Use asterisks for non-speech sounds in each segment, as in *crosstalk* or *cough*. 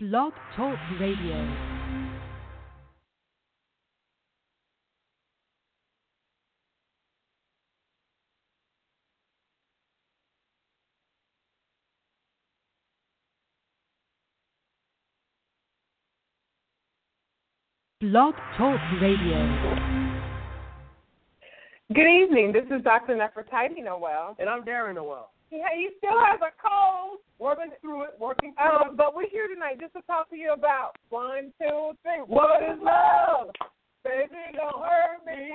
Blog Talk Radio. Blog Talk Radio. Good evening. This is Dr. Nefertiti Noel. And I'm Darren Noel. Yeah, he still has a cold, Working through it, working through um, but we're here tonight just to talk to you about one, two, three. What is love? Baby, don't hurt me.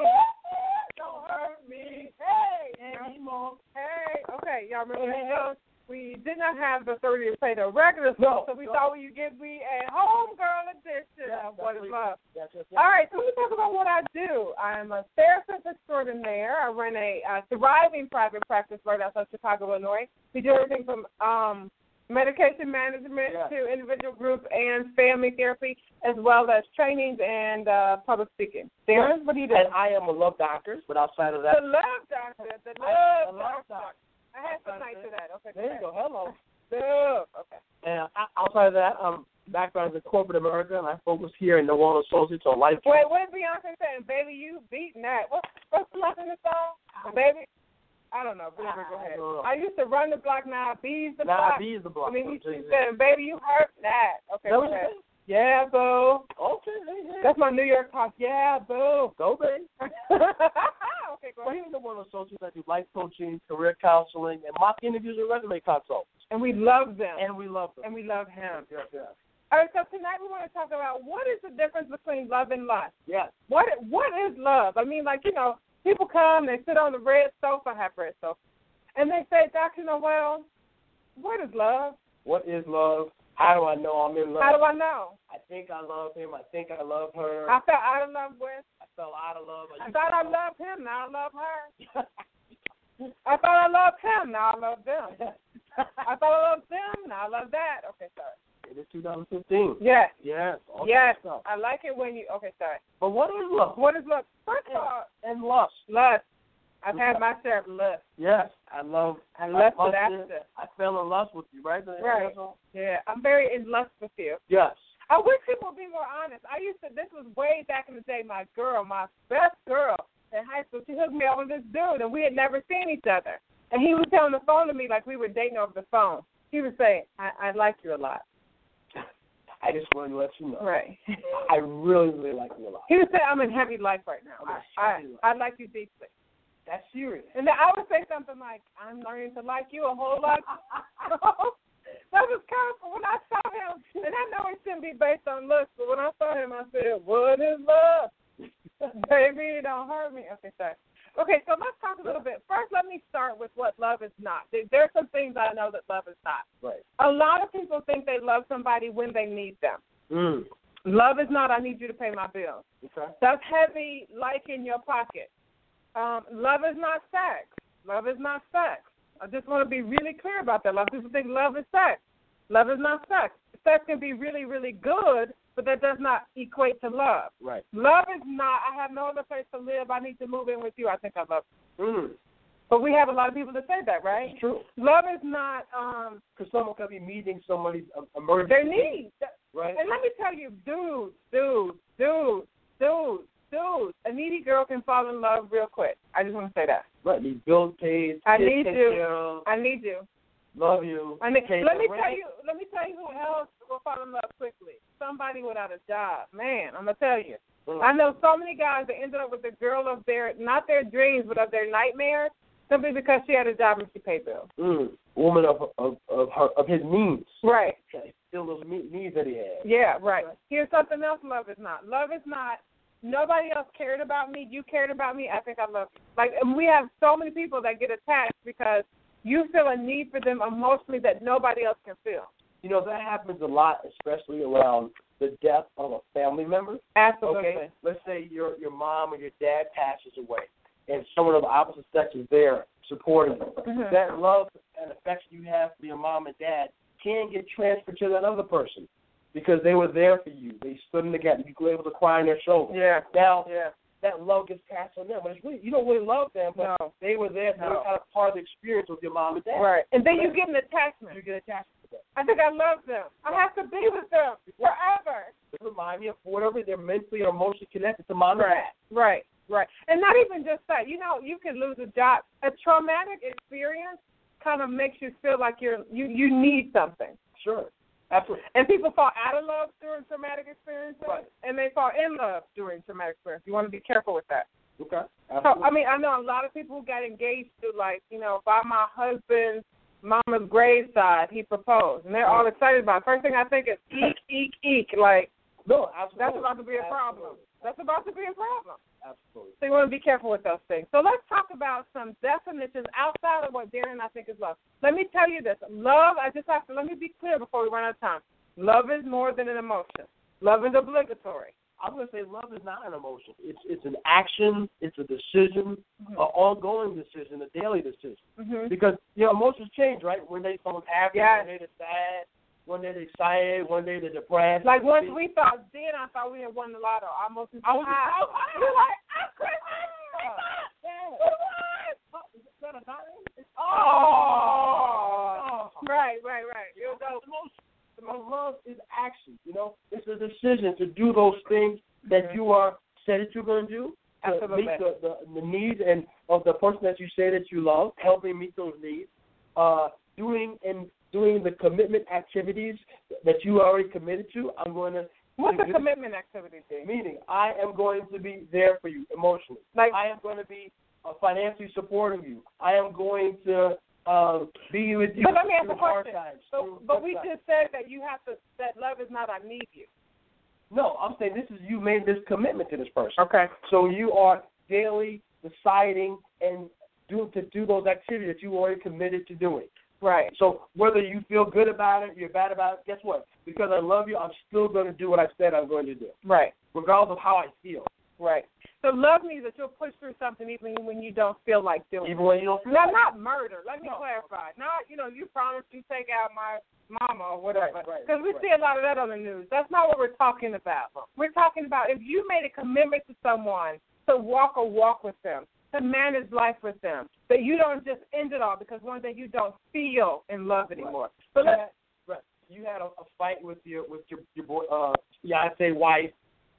Don't hurt me. Hey. it anymore. Hey. Okay, y'all remember that song? We did not have the authority to play the regular No. song, so we thought we would give we a homegirl edition Yeah, of What is definitely. Love. That's just it. All right, so let me talk about what I do. I'm a therapist extraordinaire. I run a uh, thriving private practice right outside Chicago, Illinois. We do everything from um, medication management Yeah. to individual group and family therapy, as well as trainings and uh, public speaking. Darren, what do you do? And I am a love doctor, but outside of The that, love doctor. The I- love the love doctor. doctor. I had some nights of that. Okay. there you go, hello. Love. Okay. And I, outside of that, um, background is in corporate America, and I focus here in the World Associates on life. Wait, what is Beyonce saying? Baby, you beating that. What, what's the last in the song? Baby, I don't know. Whatever, go ahead. I don't know. I used to run the block, now I bees the Now, block. I be Uh, the block. I mean, she Jesus. said, baby, you hurt that. Okay, That go was ahead. it? Yeah, boo. Okay, there you go. That's my New York talk. Yeah, boo. *laughs* Go, baby. okay, go So ahead. here in the World Associates, I do life coaching, career counseling, and mock interviews and resume consults. And we love them. And we love them. and we love him. Yes, yes. All right, so tonight we want to talk about what is the difference between love and lust. Yes. what what is love? I mean, like you know, people come, they sit on the red sofa, I have red sofa, and they say, Doctor Noel, what is love? What is love? How do I know I'm in love? How do I know? I think I love him. I think I love her. I fell out of love with. I fell out of *laughs* love. I thought I loved him, now I love her. love. I thought I loved him, now I love them. I thought I loved them, now I love that. Okay, sorry. it is 2015. Yes, Yes. all yes, kinds of stuff. I like it when you. Okay, sorry. But what is love? What is love? First of all, And lust. lust. I've had my share of lust. Yes. I love. I lusted lusted. after. I fell in lust with you, right? That's Right. all? Yeah, I'm very in lust with you. Yes. I wish people would be more honest. I used to. This was way back in the day. My girl, my best girl in high school, she hooked me up with this dude, and we had never seen each other. And he was on the phone to me like we were dating over the phone. He would say, "I, I like you a lot." I just wanted to let you know. Right. I really, really like you a lot. *laughs* He would say, "I'm in heavy life right now. I, I, I like you deeply." That's serious. And then I would say something like, "I'm learning to like you a whole lot." *laughs* that was kind of when I saw him, and I know it shouldn't be based on looks, but when I saw him, I said, "What is love, *laughs* baby? Don't hurt me." Okay, sorry. Okay, so let's talk a little bit. First, let me start with what love is not. There, there are some things I know that love is not. Right. A lot of people think they love somebody when they need them. Mm. Love is not. I need you to pay my bills. Okay. That's heavy, like in your pocket. Um, love is not sex. Love is not sex. I just want to be really clear about that. A lot of people think love is sex. Love is not sex. Sex can be really, really good, but that does not equate to love. Right. Love is not, I have no other place to live. I need to move in with you. I think I love you. Mm. But we have a lot of people that say that, right? It's true. Love is not um, Because someone could be meeting somebody's um, emergency. their need. Right. And let me tell you, dudes, dudes, dudes, dudes, dudes, a needy girl can fall in love real quick. I just want to say that. Right. These bills paid. I kids need taken you. care of, I need you. Love you. I need, Pay let the me rent. tell you. Let me tell you who else will fall in love quickly. Somebody without a job. Man, I'm gonna tell you. Mm. I know so many guys that ended up with the girl of their not their dreams, but of their nightmares, simply because she had a job and she paid bills. mm, woman of of of, her, of his means. Right. Still those me- needs that he had. Yeah, right. Here's something else love is not. Love is not nobody else cared about me, you cared about me, I think I love you. Like and we have so many people that get attached because you feel a need for them emotionally that nobody else can feel. You know that happens a lot, especially around the death of a family member. Absolutely. Okay, let's say your your mom or your dad passes away, and someone of the opposite sex is there supporting you. Mhm. That love and affection you have for your mom and dad can get transferred to that other person because they were there for you. They stood in the gap. You were able to cry on their shoulder. Yeah. Now Yeah. that love gets passed on them, but it's really, you don't really love them, but No. they were there. They No. were kind of part of the experience with your mom and dad. Right. And then you get an attachment. You get attached. them. I think I love them. I have to be with them forever. They remind me of whatever they're mentally or emotionally connected to mom and Right, dad. right, right. And not even just that. You know, you can lose a job. A traumatic experience kind of makes you feel like you're you you need something. Sure. Absolutely. And people fall out of love during traumatic experiences, Right. and they fall in love during traumatic experiences. You want to be careful with that. Okay. So, Absolutely. I mean, I know a lot of people who got engaged to like, you know, by my husband's mama's graveside, he proposed, and they're all excited about. It. First thing I think is eek, eek, eek. Like no, absolutely. that's about to be a problem. That's about to be a problem. Absolutely. So you want to be careful with those things. So let's talk about some definitions outside of what Darren I think is love. Let me tell you this: love. I just have to let me be clear before we run out of time. Love is more than an emotion. Love is obligatory. I'm gonna say love is not an emotion. It's it's an action. It's a decision, an ongoing decision, a daily decision. Mm-hmm. Because your emotions change, right? One day someone's happy, Yes. one day they're sad, one day they're excited, one day they're depressed. Like once we thought, then I thought we had won the lotto. I almost, I was high. *laughs* We were like, I quit. Yeah. Oh. Right, right, right. It was those- My love is action. You know, it's a decision to do those things that Mm-hmm. you are said that you're going to do. To Absolutely. meet the, the, the needs and of the person that you say that you love, helping meet those needs, uh, doing and doing the commitment activities that you already committed to. I'm going to What's a commitment activity? Dee? meaning I am going to be there for you emotionally. Like, I am going to be uh, financially supporting you. I am going to uh, be with you But let me ask through a hard question. times. through but, but we good times. just said that you have to that love is not I need you. No, I'm saying this is you made this commitment to this person. Okay. So you are daily deciding and do to do those activities that you already committed to doing. Right. So whether you feel good about it, you're bad about it, guess what? Because I love you, I'm still going to do what I said I'm going to do, Right. regardless of how I feel, Right. So love means that you'll push through something even when you don't feel like doing it. even when you don't feel. Now, not murder. Let me No. clarify. Not you know you promised you take out my mama or whatever. Right, right, Because we right. see a lot of that on the news. That's not what we're talking about. We're talking about if you made a commitment to someone to walk a walk with them, to manage life with them, that you don't just end it all because one day you don't feel in love Right. anymore. But But let let's right. you had a, a fight with your with your your boy, uh, fiance wife,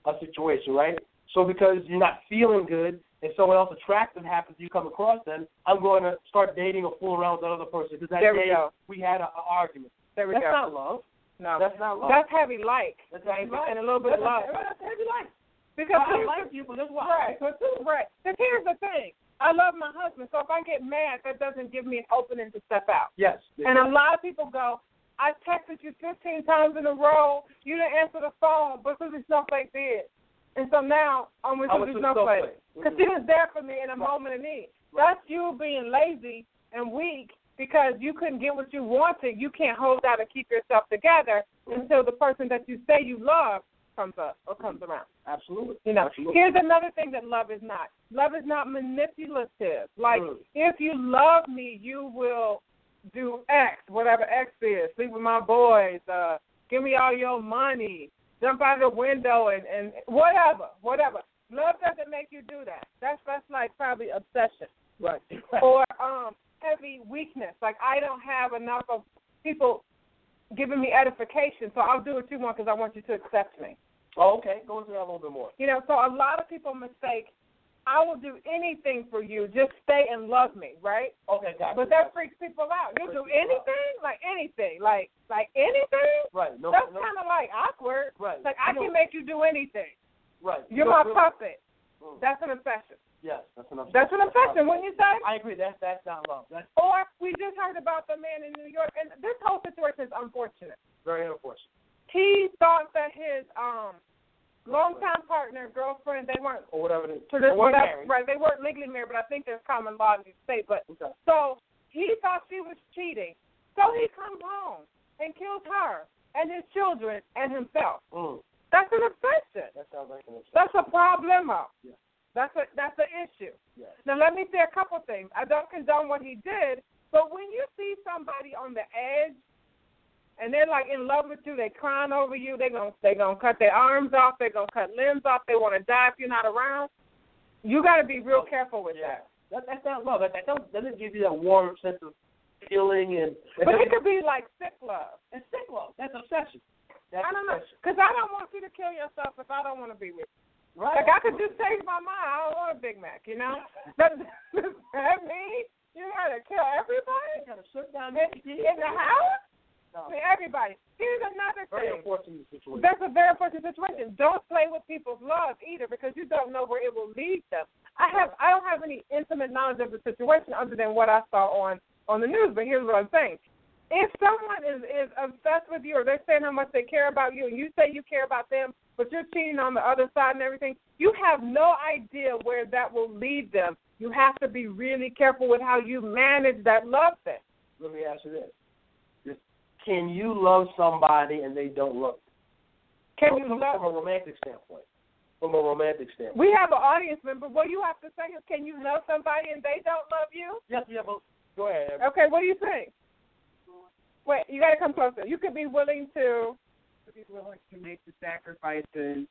a situation, right? So because you're not feeling good, and someone else attractive happens, you come across them. I'm going to start dating or fool around with another person because that There we day go. we had an argument. there we That's go. not love. no, That's not love. that's heavy like That's heavy like. and a little bit of love That's heavy life. because I here's like you, but that's why *laughs* I Right. like her too. Right. Because here's the thing. I love my husband, so if I get mad, that doesn't give me an opening to step out. Yes. And a lot of people go, I texted you 15 times in a row. You didn't answer the phone, but Susie Snowflake did. And so now I'm with I'm with Susie Susie Snowflake. Snowflake. Because she was there for me in a moment of need. Right. That's you being lazy and weak because you couldn't get what you wanted. You can't hold out and keep yourself together until the person that you say you love comes up or comes around. Mm-hmm. absolutely. You know, Absolutely. here's another thing that love is not. Love is not manipulative. Like, Mm. if you love me, you will do X, whatever X is. Sleep with my boys. Uh, give me all your money. Jump out of the window and and whatever, whatever. Love doesn't make you do that. That's that's like probably obsession Right. or um heavy weakness. Like I don't have enough of people giving me edification, so I'll do what you want because I want you to accept me. *laughs* oh, okay. Go into that a little bit more. You know, so a lot of people mistake, I will do anything for you, just stay and love me, right? Okay, gotcha. But that freaks people out. You'll do Freaks people out. anything, like anything, like like anything. right. No. That's no. kind of like awkward. Right. Like I No, can make you do anything. Right. You're No, my really. puppet. Mm. That's an obsession. Yes, that's an obsession. That's an obsession, wouldn't you say? I agree. That's that's not love. That's Or we just heard about the man in New York, and this whole situation is unfortunate. very unfortunate. He thought that his um longtime partner, girlfriend, they weren't Or whatever it is. So this, Or that- married. right, they weren't legally married, but I think there's common law in the state. But Okay. so he thought she was cheating, so he comes home and kills her and his children and himself. Mm. That's an obsession. That sounds like an obsession. That's a problemo. Yeah. That's a that's an issue. Yes. Now let me say a couple things. I don't condone what he did, but when you see somebody on the edge and they're like in love with you, they crying over you, they gonna they gonna cut their arms off, they're gonna cut limbs off, they wanna die if you're not around. You gotta be real careful with Oh, *laughs* yeah. That, that's not love. That, that, don't, that doesn't give you that warm sense of feeling and But it could be like sick love. it's sick love. That's obsession. That's I don't know, obsession. because I don't want you to kill yourself if I don't want to be with you. Right. Like I could just change my mind. I don't want a Big Mac, *laughs* you know. Does does *laughs* that mean you gotta kill everybody You gotta shut down in, in the house? No. I mean, everybody. Here's another Very thing. unfortunate situation. That's a very unfortunate situation. Don't play with people's love either, because you don't know where it will lead them. I have I don't have any intimate knowledge of the situation other than what I saw on on the news. But here's what I'm saying: if someone is is obsessed with you, or they're saying how much they care about you, and you say you care about them, but you're cheating on the other side and everything, you have no idea where that will lead them. You have to be really careful with how you manage that love thing. Let me ask you this. Just, can you love somebody and they don't love you? Can from, you from- love? from a romantic standpoint? From a romantic standpoint. We have an audience member. What you have to say is, can you love somebody and they don't love you? Yes, yeah, but go ahead. Okay, what do you think? Wait, you gotta come closer. You could be willing to. to be willing to make the sacrifices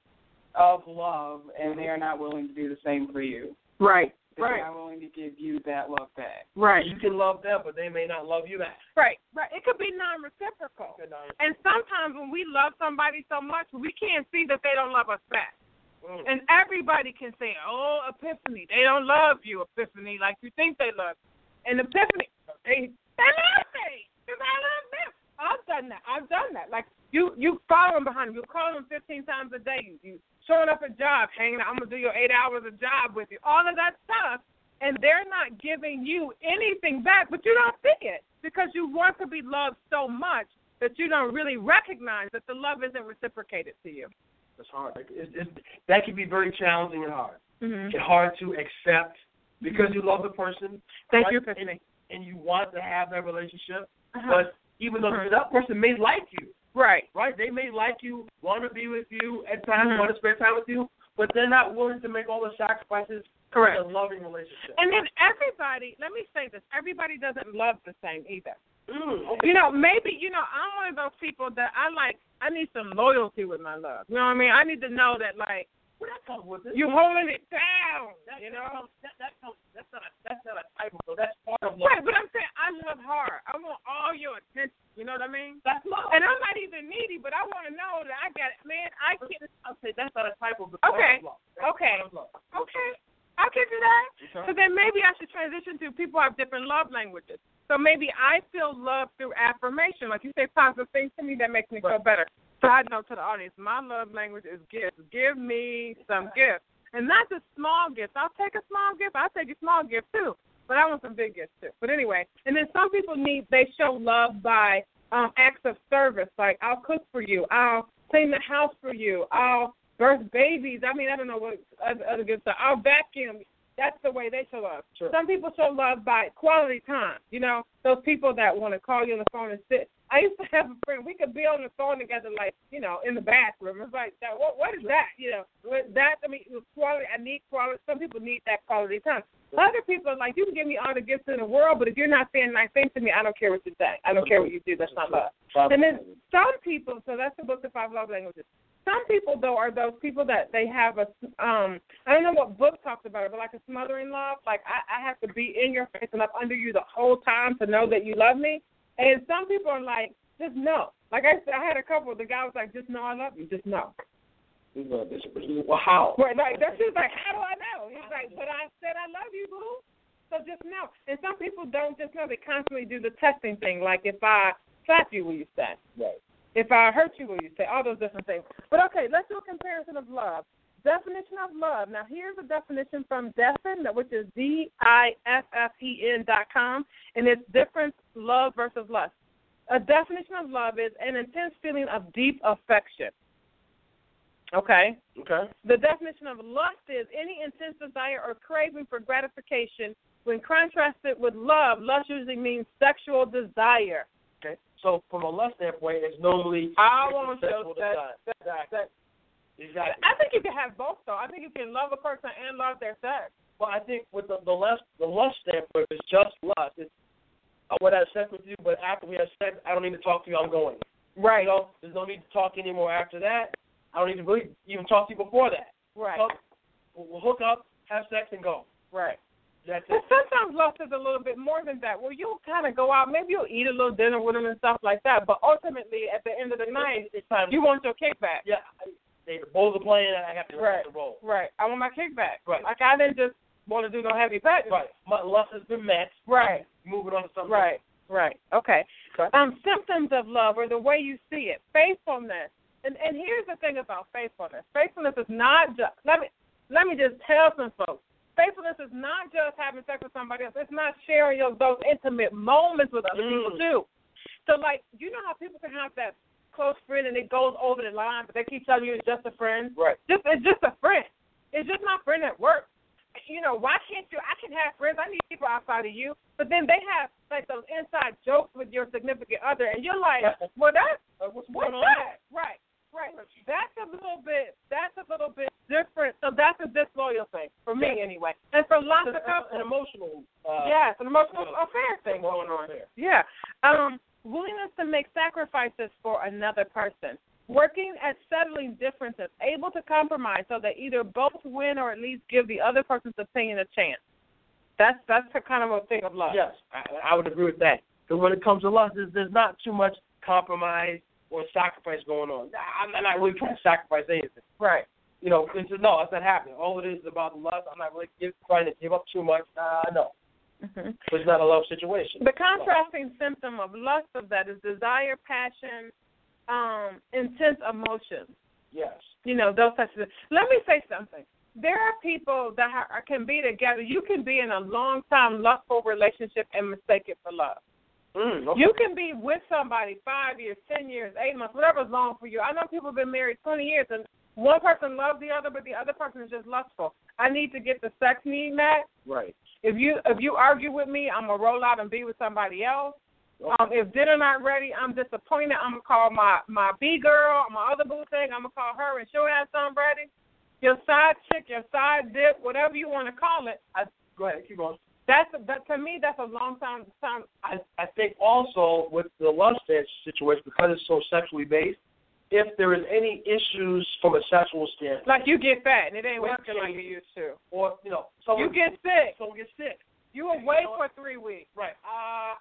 of love, and they are not willing to do the same for you. Right, They're not willing to give you that love back. right, You can love them, but they may not love you back. right, right. It could be non-reciprocal. Good night. And sometimes when we love somebody so much, we can't see that they don't love us back. Mm. And everybody can say, "Oh, epiphany, they don't love you, epiphany, like you think they love." You. And epiphany, they they love me because I love them. I've done that. I've done that. Like you, you following behind them. You call them 15 times a day. You, you showing up at job, hanging out. I'm gonna do your eight hours of job with you. All of that stuff, and they're not giving you anything back, but you don't see it because you want to be loved so much that you don't really recognize that the love isn't reciprocated to you. That's hard. Like, It, it, that can be very challenging and hard. Mm-hmm. It's hard to accept because you love the person Thank Right. you, Epiphany. and you want to have that relationship, Uh-huh. but even though that person may like you, Right. right? They may like you, want to be with you at times, Mhm. want to spend time with you, but they're not willing to make all the sacrifices Correct. in a loving relationship. And then everybody, let me say this, everybody doesn't love the same either. Mm, okay. You know, maybe, you know, I'm one of those people that I like, I need some loyalty with my love. You know what I mean? I need to know that, like, Well, that comes with it. you're holding it down, you know? that, that comes, that's not a, that's not a type of love. That's part of love. Right, but I'm saying I love hard. I want all your attention. You know what I mean? That's love. And I'm not even needy, but I want to know that I got, man, I But can, I'll say that's not a type of That's Okay. love. okay, That's love. okay, I'll give you that. Okay. So then maybe I should transition to people who have different love languages. So maybe I feel love through affirmation. Like you say positive things to me, that makes me feel Right. better. Side note to the audience, my love language is gifts. Give me some gifts. And not just small gifts. I'll take a small gift. I'll take a small gift too. But I want some big gifts too. But anyway, and then some people need, they show love by um, acts of service. Like I'll cook for you. I'll clean the house for you. I'll birth babies. I mean, I don't know what other, other good stuff. I'll vacuum. That's the way they show love. Sure. Some people show love by quality time. You know, those people that want to call you on the phone and sit. I used to have a friend. We could be on the phone together, like you know, in the bathroom. It's like that. What what is that? You know, what that. I mean, it was quality. I need quality. Some people need that quality time. Other people are like, you can give me all the gifts in the world, but if you're not saying nice things to me, I don't care what you say. I don't care what you do. That's not love. And then some people, so that's the book, The Five Love Languages. Some people, though, are those people that they have a, um, I don't know what book talks about it, but like a smothering love. Like, I, I have to be in your face and up under you the whole time to know that you love me. And some people are like, just know. Like I said, I had a couple, the guy was like, just know I love you, just know. Well, how? Right, like that's just like, how do I know? He's like, but I said I love you, boo. So just know. And some people don't just know. They constantly do the testing thing. Like if I slap you, will you stay? Right. If I hurt you, will you stay? All those different things. But okay, let's do a comparison of love. Definition of love. Now here's a definition from Defin, which is D I F F E N dot com, and it's difference love versus lust. A definition of love is an intense feeling of deep affection. Okay. Okay. The definition of lust is any intense desire or craving for gratification. When contrasted with love, lust usually means sexual desire. Okay. So from a lust standpoint, it's normally I want it's a your sexual sex, desire. sex, Exactly. sex. Exactly. I think you can have both, though. I think you can love a person and love their sex. Well, I think with the, the lust, the lust standpoint, it's just lust. It's I want to have sex with you, but after we have sex, I don't need to talk to you. I'm going. You Right. know, there's no need to talk anymore after that. I don't need to really even talk to you before that. Right. So, we'll, we'll hook up, have sex, and go. Right. That's But *laughs* it. sometimes lust is a little bit more than that. Well, you'll kind of go out, maybe you'll eat a little dinner with them and stuff like that. But ultimately, at the end of the night, It's time. you want your kick back. yeah, I- they, the bowls are playing, and I have to Right. rock and roll. Right. I want my kick back. Right. Like I didn't just want to do no heavy petting. Right. My lust has been met. Right. Moving on to something. Right. Right. Okay. Okay. Um, symptoms of love or the way you see it, faithfulness. And and here's the thing about faithfulness. Faithfulness is not just let me let me just tell some folks. Faithfulness is not just having sex with somebody else. It's not sharing your, those intimate moments with other people Mm. too. So like you know how people can have that close friend and it goes over the line, but they keep telling you it's just a friend. Right. Just it's just a friend. It's just my friend at work. You know, why can't you? I can have friends. I need people outside of you. But then they have like those inside jokes with your significant other, and you're like, well, that's Uh, what's what's going on? that? Right, right. That's a little bit. That's a little bit different. So that's a disloyal thing for me, anyway, and for lots It's of a- An couples. emotional. Uh, Yes, an emotional affair Thing thing going on there. yeah. Um, willingness to make sacrifices for another person. Working at settling differences, able to compromise so that either both win or at least give the other person's opinion a chance. That's that's the kind of a thing of love. Yes, I, I would agree with that. Because when it comes to lust, there's, there's not too much compromise or sacrifice going on. I'm not- not really trying to sacrifice anything. Right. You know, it's just, no, that's not happening. All it is is about the lust. I'm not really give, trying to give up too much. Uh, no, Mm-hmm. it's not a love situation. The contrasting symptom of lust of that is desire, passion, um, intense emotions. Yes. you know those types of let me say something there are people that are, can be together you can be in a long time lustful relationship and mistake it for love Mm, okay. you can be with somebody five years ten years eight months whatever's long for you i know people have been married twenty years and one person loves the other but the other person is just lustful i need to get the sex need met right. if you if you argue with me i'm gonna roll out and be with somebody else um, if dinner not ready, I'm disappointed. I'm gonna call my my B girl, my other boo thing. I'm gonna call her and she'll have something ready. Your side chick, your side dip, whatever you want to call it. I, Go ahead, keep going. that's that to me. That's a long time. Time. I, I think also with the lust situation, because it's so sexually based, if there is any issues from a sexual standpoint, Like you get fat and it ain't working like you used to. or you know, You someone get sick. someone gets sick, You away for three weeks. right? Uh,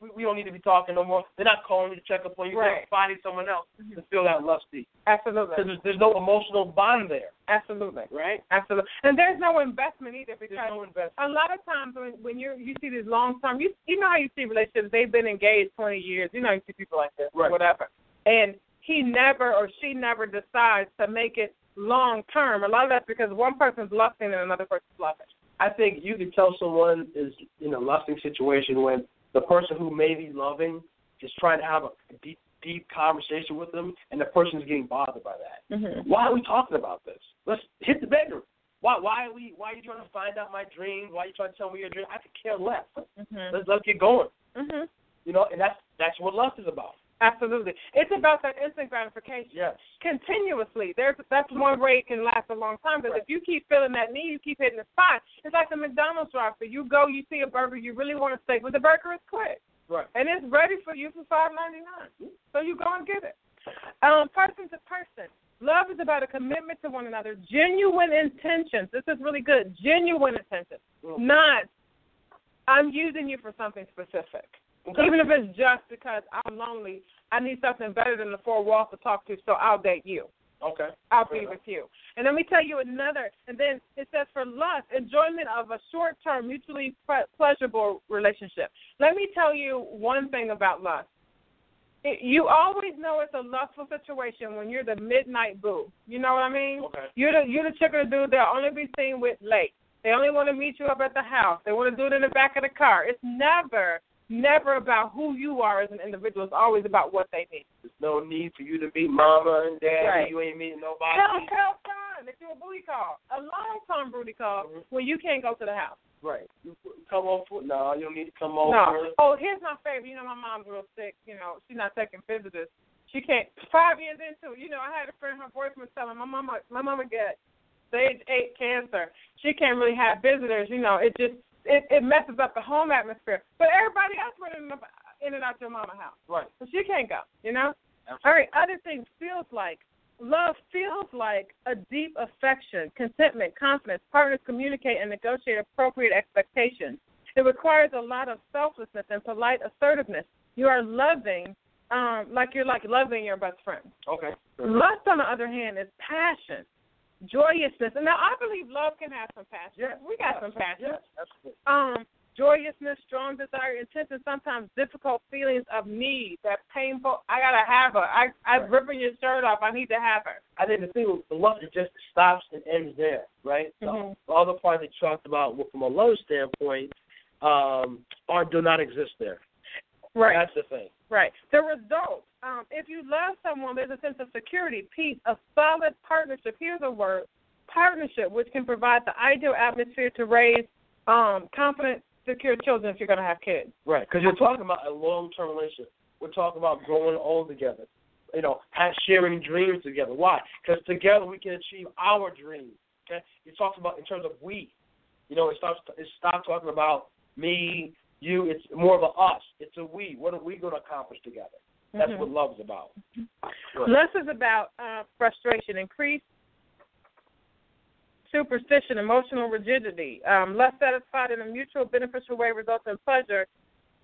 we, we don't need to be talking no more. They're not calling you to check up on you. Right. Mm-hmm. They're finding someone else to fill that lusty because Absolutely. there's, there's no emotional bond there, Absolutely. right? Absolutely. And there's no investment either because There's no investment. a lot of times when when you you see these long term you you know how you see relationships they've been engaged twenty years you know you see people like this Right. whatever and he never or she never decides to make it long term a lot of that's because one person's lusting and another person's loving I think you can tell someone is in a lusting situation when the person who may be loving is trying to have a deep, deep conversation with them, and the person's getting bothered by that. mm-hmm. Why are we talking about this? Let's hit the bedroom. Why? Why are we? Why are you trying to find out my dreams? Why are you trying to tell me your dreams? I could care less. Mm-hmm. Let's let's get going. Mm-hmm. You know, and that's that's what lust is about. absolutely it's about that instant gratification Yes. continuously. There's that's one way it can last a long time. Because Right. if you keep feeling that need, you keep hitting the spot. It's like the McDonald's drive-through. You go, you see a burger you really want to steak, but the burger is quick, Right. and it's ready for you for five ninety nine. So you go and get it. Um, person to person, love is about a commitment to one another, genuine intentions. This is really good. Genuine intentions, Mm. not I'm using you for something specific. Even if it's just because I'm lonely, I need something better than the four walls to talk to, so I'll date you. Okay. I'll be with you. And let me tell you another. And then it says for lust, enjoyment of a short term, mutually ple- pleasurable relationship. Let me tell you one thing about lust. It, you always know it's a lustful situation when you're the midnight boo. You know what I mean? Okay. You're the you're the chick or the dude they'll only be seen with late. They only want to meet you up at the house. They want to do it in the back of the car. It's never, never about who you are as an individual. It's always about what they need. There's no need for you to meet mama and daddy. Right. You ain't meeting nobody. Hell, hell time. If you a booty call, a long time booty call Mhm. when you can't go to the house. Right. You come over. No, you don't need to come No. over. Oh, here's my favorite. You know, my mom's real sick. You know, she's not taking visitors. She can't. Five years into it, you know, I had a friend. Her boyfriend was telling my mama, my mama got stage eight cancer. She can't really have visitors. You know, it just it it messes up the home atmosphere. But everybody else running up- in and out your mama house, Right. so she can't go. You know. All right. Other things feels like Love feels like a deep affection, contentment, confidence. Partners communicate and negotiate appropriate expectations. It requires a lot of selflessness and polite assertiveness. You are loving, um, like you're like loving your best friend. Okay. Lust, on the other hand, is passion, joyousness. And now I believe love can have some passion. Yes. We got some passion. Yes. Absolutely. Um, joyousness, strong desire, intense, and sometimes difficult feelings of need. That painful. I gotta have her. I I'm Right. ripping your shirt off. I need to have her. I think the thing with the love it just stops and ends there, right? So Mhm. the other parts that you talked about well, from a love standpoint um, are do not exist there. That's the thing. Right. The result. Um, if you love someone, there's a sense of security, peace, a solid partnership. Here's a word: partnership, which can provide the ideal atmosphere to raise um, confident, secure children if you're gonna have kids. Right, because you're talking about a long-term relationship. We're talking about growing old together. You know, have sharing dreams together. Why? Because together we can achieve our dreams. Okay, you talked about in terms of we. You know, it stops. It stops talking about me, you. It's more of a us. It's a we. What are we going to accomplish together? That's Mhm. what love's about. Right. Less is about uh, frustration, increased superstition, emotional rigidity, um, less satisfied in a mutual beneficial way results in pleasure,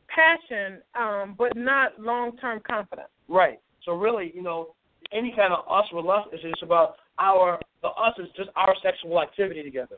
passion, um, but not long term confidence. Right. So really, you know, any kind of us with us is just about our the us is just our sexual activity together.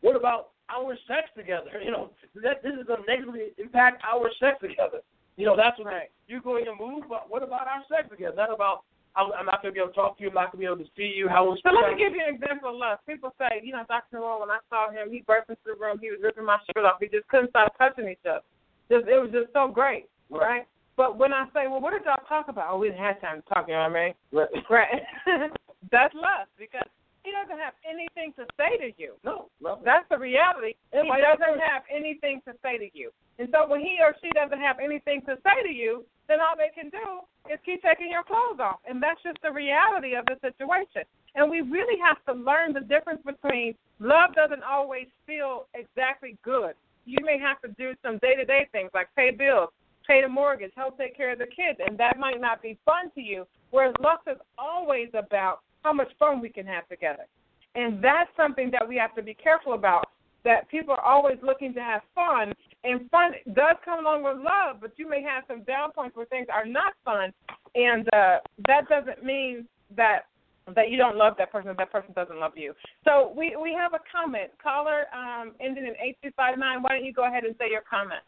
What about our sex together? *laughs* You know, that this is going to negatively impact our sex together. You know, that's what Right. you're going to move. But what about our sex together? Not about I'm I'm not going to be able to talk to you. I'm not going to be able to see you. How was So let me give you an example of love. People say, you know, Dr. Moore, when I saw him, he burst into the room, he was ripping my shirt off. We just couldn't stop touching each other. Just it was just so great, Right. right? But when I say, well, what did y'all talk about? Oh, we didn't have time to talk, you know what I mean? Right. Right. *laughs* That's love because he doesn't have anything to say to you. *laughs* No, no. That's the reality. He Everybody- doesn't have anything to say to you. And so when he or she doesn't have anything to say to you, then all they can do is keep taking your clothes off. And that's just the reality of the situation. And we really have to learn the difference between love doesn't always feel exactly good. You may have to do some day to day things like pay bills, pay the mortgage, help take care of the kids, and that might not be fun to you. Whereas lust is always about how much fun we can have together. And that's something that we have to be careful about. That people are always looking to have fun, and fun does come along with love, but you may have some down points where things are not fun, and uh, that doesn't mean that that you don't love that person, that person doesn't love you. So we we have a comment, caller um, ending in eight two five nine. Why don't you go ahead and say your comment?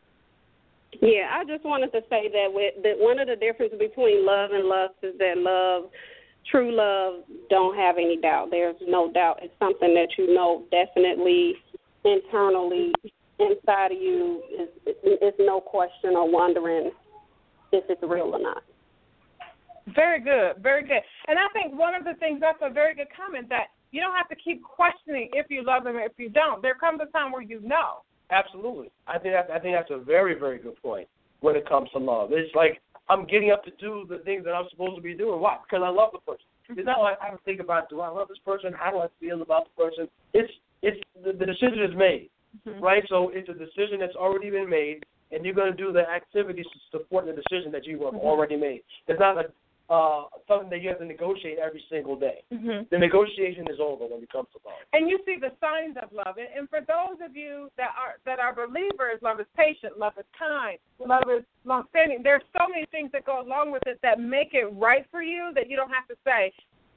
Yeah, I just wanted to say that with that one of the differences between love and lust is that love, true love, don't have any doubt. There's no doubt. It's something that you know definitely internally inside of you is it's no question or wondering if it's real or not. Very good, very good. And I think one of the things that's a very good comment that you don't have to keep questioning if you love them or if you don't. There comes a time where you know. Absolutely. I think that's, I think that's a very very good point when it comes to love. It's like I'm getting up to do the things that I'm supposed to be doing. Why? Because I love the person. It's not like I have to think about do I love this person? How do I feel about the person? It's it's the, the decision is made, Mm-hmm. right? So it's a decision that's already been made, and you're going to do the activities to support the decision that you have already made. It's not like uh, something that you have to negotiate every single day. Mm-hmm. The negotiation is over when it comes to love. and you see the signs of love. And, and for those of you that are that are believers, love is patient, love is kind, love is longstanding. There's so many things that go along with it that make it right for you that you don't have to say,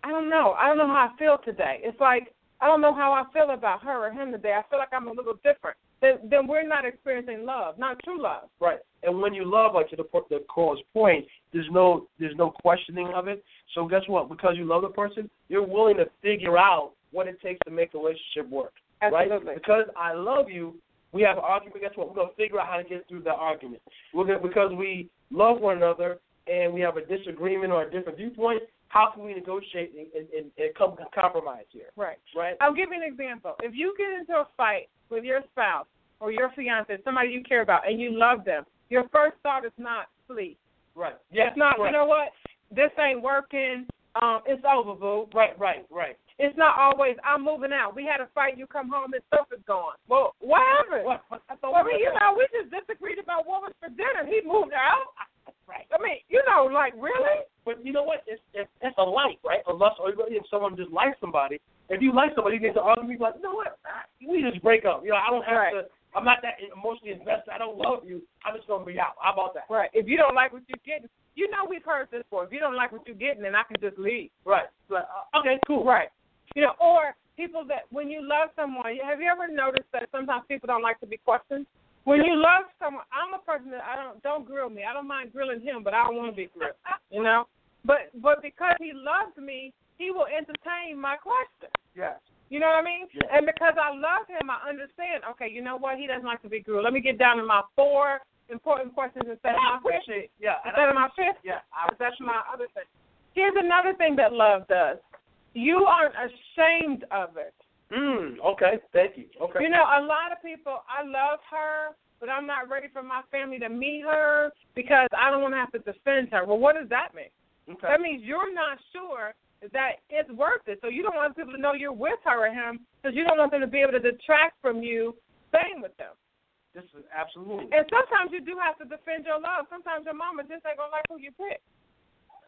I don't know, I don't know how I feel today. It's like I don't know how I feel about her or him today. I feel like I'm a little different. Then then we're not experiencing love, not true love. Right. And when you love, like to the po- the cause point, there's no there's no questioning of it. So guess what? Because you love the person, you're willing to figure out what it takes to make the relationship work. Absolutely. Right? Because I love you, we have an argument. Guess what? We're gonna figure out how to get through the argument. We're gonna, because we love one another and we have a disagreement or a different viewpoint. How can we negotiate and, and, and, and come to compromise here? Right. Right. I'll give you an example. If you get into a fight with your spouse or your fiance, somebody you care about, and you love them, your first thought is not flee. Right. It's not, you Right. know what? This ain't working. Um, it's over, boo. Right. Right. Right. It's not always. I'm moving out. We had a fight. You come home. This stuff is gone. Well, what happened? What? What? I thought Well, I we mean, were- you know, we just disagreed about what was for dinner. He moved out. Right. I mean, you know, like really? but you know what? It's it's, it's a like, right? Unless or if someone just likes somebody. If you like somebody, you get to argue. Like, you know what? Ah, We just break up. You know, I don't have Right. to. I'm not that emotionally invested. I don't love you. I'm just gonna be out. How about that? Right. If you don't like what you're getting, you know we've heard this before. If you don't like what you're getting, then I can just leave. Right. Like, uh, okay, cool. Right. You know, or people that when you love someone, have you ever noticed that sometimes people don't like to be questioned? When you love someone, I'm a person that I don't don't grill me. I don't mind grilling him, but I don't want to be grilled. You know, but but because he loves me, he will entertain my question. Yes. You know what I mean? Yeah. And because I love him, I understand. Okay, you know what? He doesn't like to be grilled. Let me get down to my four important questions instead of my fifth. Actually, yeah. and I- Instead of my fifth Yeah. I, but that's my other thing. Here's another thing that love does. You aren't ashamed of it. Mm, okay. Thank you. Okay. You know, a lot of people, I love her, but I'm not ready for my family to meet her because I don't want to have to defend her. Well, what does that mean? okay. That means you're not sure that it's worth it. So you don't want people to know you're with her or him because you don't want them to be able to detract from you staying with them. This is absolutely. And sometimes you do have to defend your love. Sometimes your mama just ain't gonna like who you pick.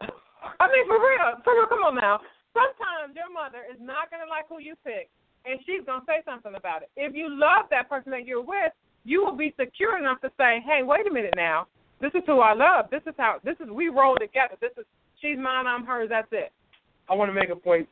I mean, for real, for real. Come on now. Sometimes your mother is not gonna like who you pick, and she's gonna say something about it. If you love that person that you're with, you will be secure enough to say, "Hey, wait a minute now. This is who I love. This is how. This is we roll together. This is she's mine. I'm hers. That's it." I want to make a point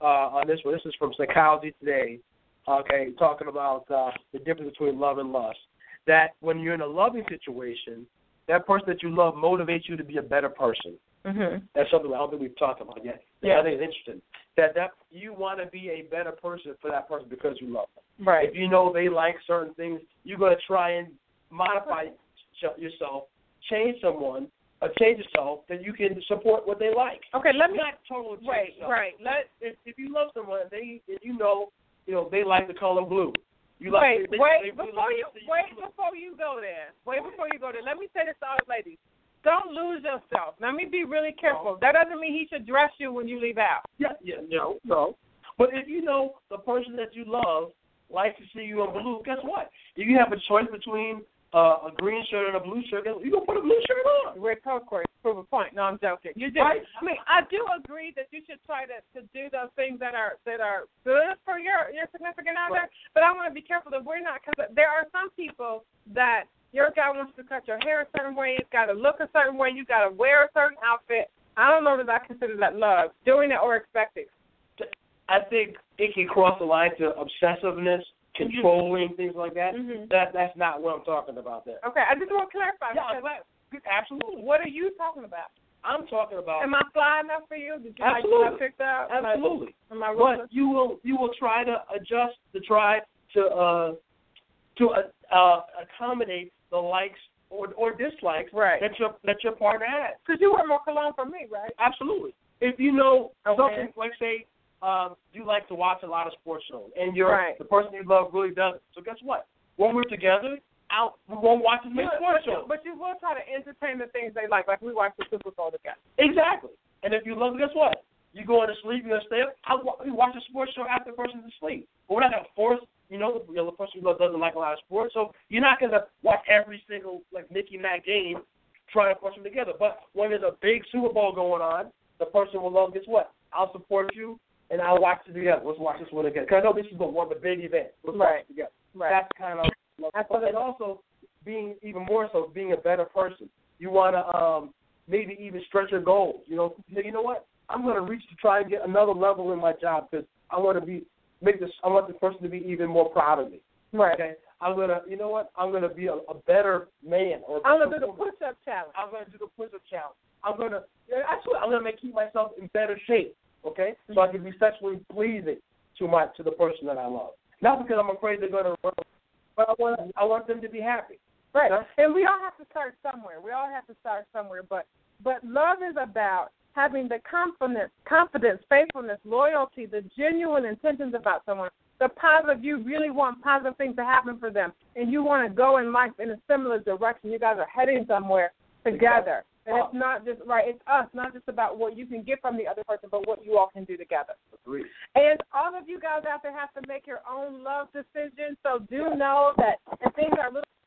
uh, on this one. This is from Psychology Today. Okay, talking about uh, the difference between love and lust. That when you're in a loving situation, that person that you love motivates you to be a better person. Mhm. That's something I don't think we've talked about yet. Yeah. I think it's interesting that that you want to be a better person for that person because you love them. Right. If you know they like certain things, you're going to try and modify ch- yourself, change someone, or change yourself that you can support what they like. Okay. Let me. not totally change Right. yourself. Right. Let. If, if you love someone, they if you know, you know they like the color blue. You like wait, they, wait, they really before like you the wait blue. before you go there. Wait before you go there. Let me say this to all the ladies. Don't lose yourself. Let me be really careful. That doesn't mean he should dress you when you leave out. Yeah, yeah, no, no. But if you know the person that you love likes to see you in blue, guess what? If you have a choice between uh, a green shirt and a blue shirt, guess, you gonna put a blue shirt on. Red coat course, prove a point. No, I'm joking. You do. Right. I mean, I do agree that you should try to, to do those things that are that are good for your your significant other. Right. But I want to be careful that we're not because there are some people that your guy wants to cut your hair a certain way, it's got to look a certain way, you got to wear a certain outfit. I don't know that I consider that love, doing it or expecting. I think it can cross the line to obsessiveness, controlling things like that. Mhm. That Mm-hmm. that's not what I'm talking about. There. Okay, I just want to clarify. Yeah. because what- Absolutely. what are you talking about? I'm talking about. Am I fly enough for you? Did you like what I Absolutely. picked out? Am I- absolutely. Am I but ruthless? you will you will try to adjust to try to uh to uh, uh accommodate the likes or or dislikes Right. that your that your partner has. Because you wear more cologne for me, right? Absolutely. If you know Okay. something like say um you like to watch a lot of sports shows and you're Right. the person you love really does it. So guess what? When we're together, out we won't watch as many But- sports but, you, shows. but you will try to entertain the things they like. Like we watched the Super Bowl together. Exactly. And if you love, it, guess what? You go to sleep, you're gonna stay up. I wa- we watch a sports show after the person's asleep. But we're not gonna force. You know, the other person you love doesn't like a lot of sports, so you're not gonna watch every single like Mickey Mac game, trying to force them together. But when there's a big Super Bowl going on, the person will love. Guess what? I'll support you, and I'll watch it together. Let's watch this one together. Because I know this is the one, the big event. Let's watch Right. it together. Right. That's kind of. But and also being even more so being a better person. You want to um, maybe even stretch your goals. You know, you, say, you know what? I'm going to reach to try and get another level in my job because I want to be make this. I want the person to be even more proud of me. Right. Okay, I'm gonna. You know what? I'm gonna be a, a better man. Or I'm gonna do the push-up challenge. I'm gonna do the push-up challenge. I'm gonna. yeah, That's what I'm gonna make keep myself in better shape. Okay, so Mm-hmm. I can be sexually pleasing to my to the person that I love. Not because I'm afraid they're gonna run, but I want I want them to be happy. Right. Huh? And we all have to start somewhere. We all have to start somewhere. But but love is about having the confidence, confidence, faithfulness, loyalty, the genuine intentions about someone. The positive you really want positive things to happen for them, and you want to go in life in a similar direction. You guys are heading somewhere together. And it's not just right. It's us, not just about what you can get from the other person, but what you all can do together. Agreed. And all of you guys out there have to make your own love decisions. So do know that if things are a little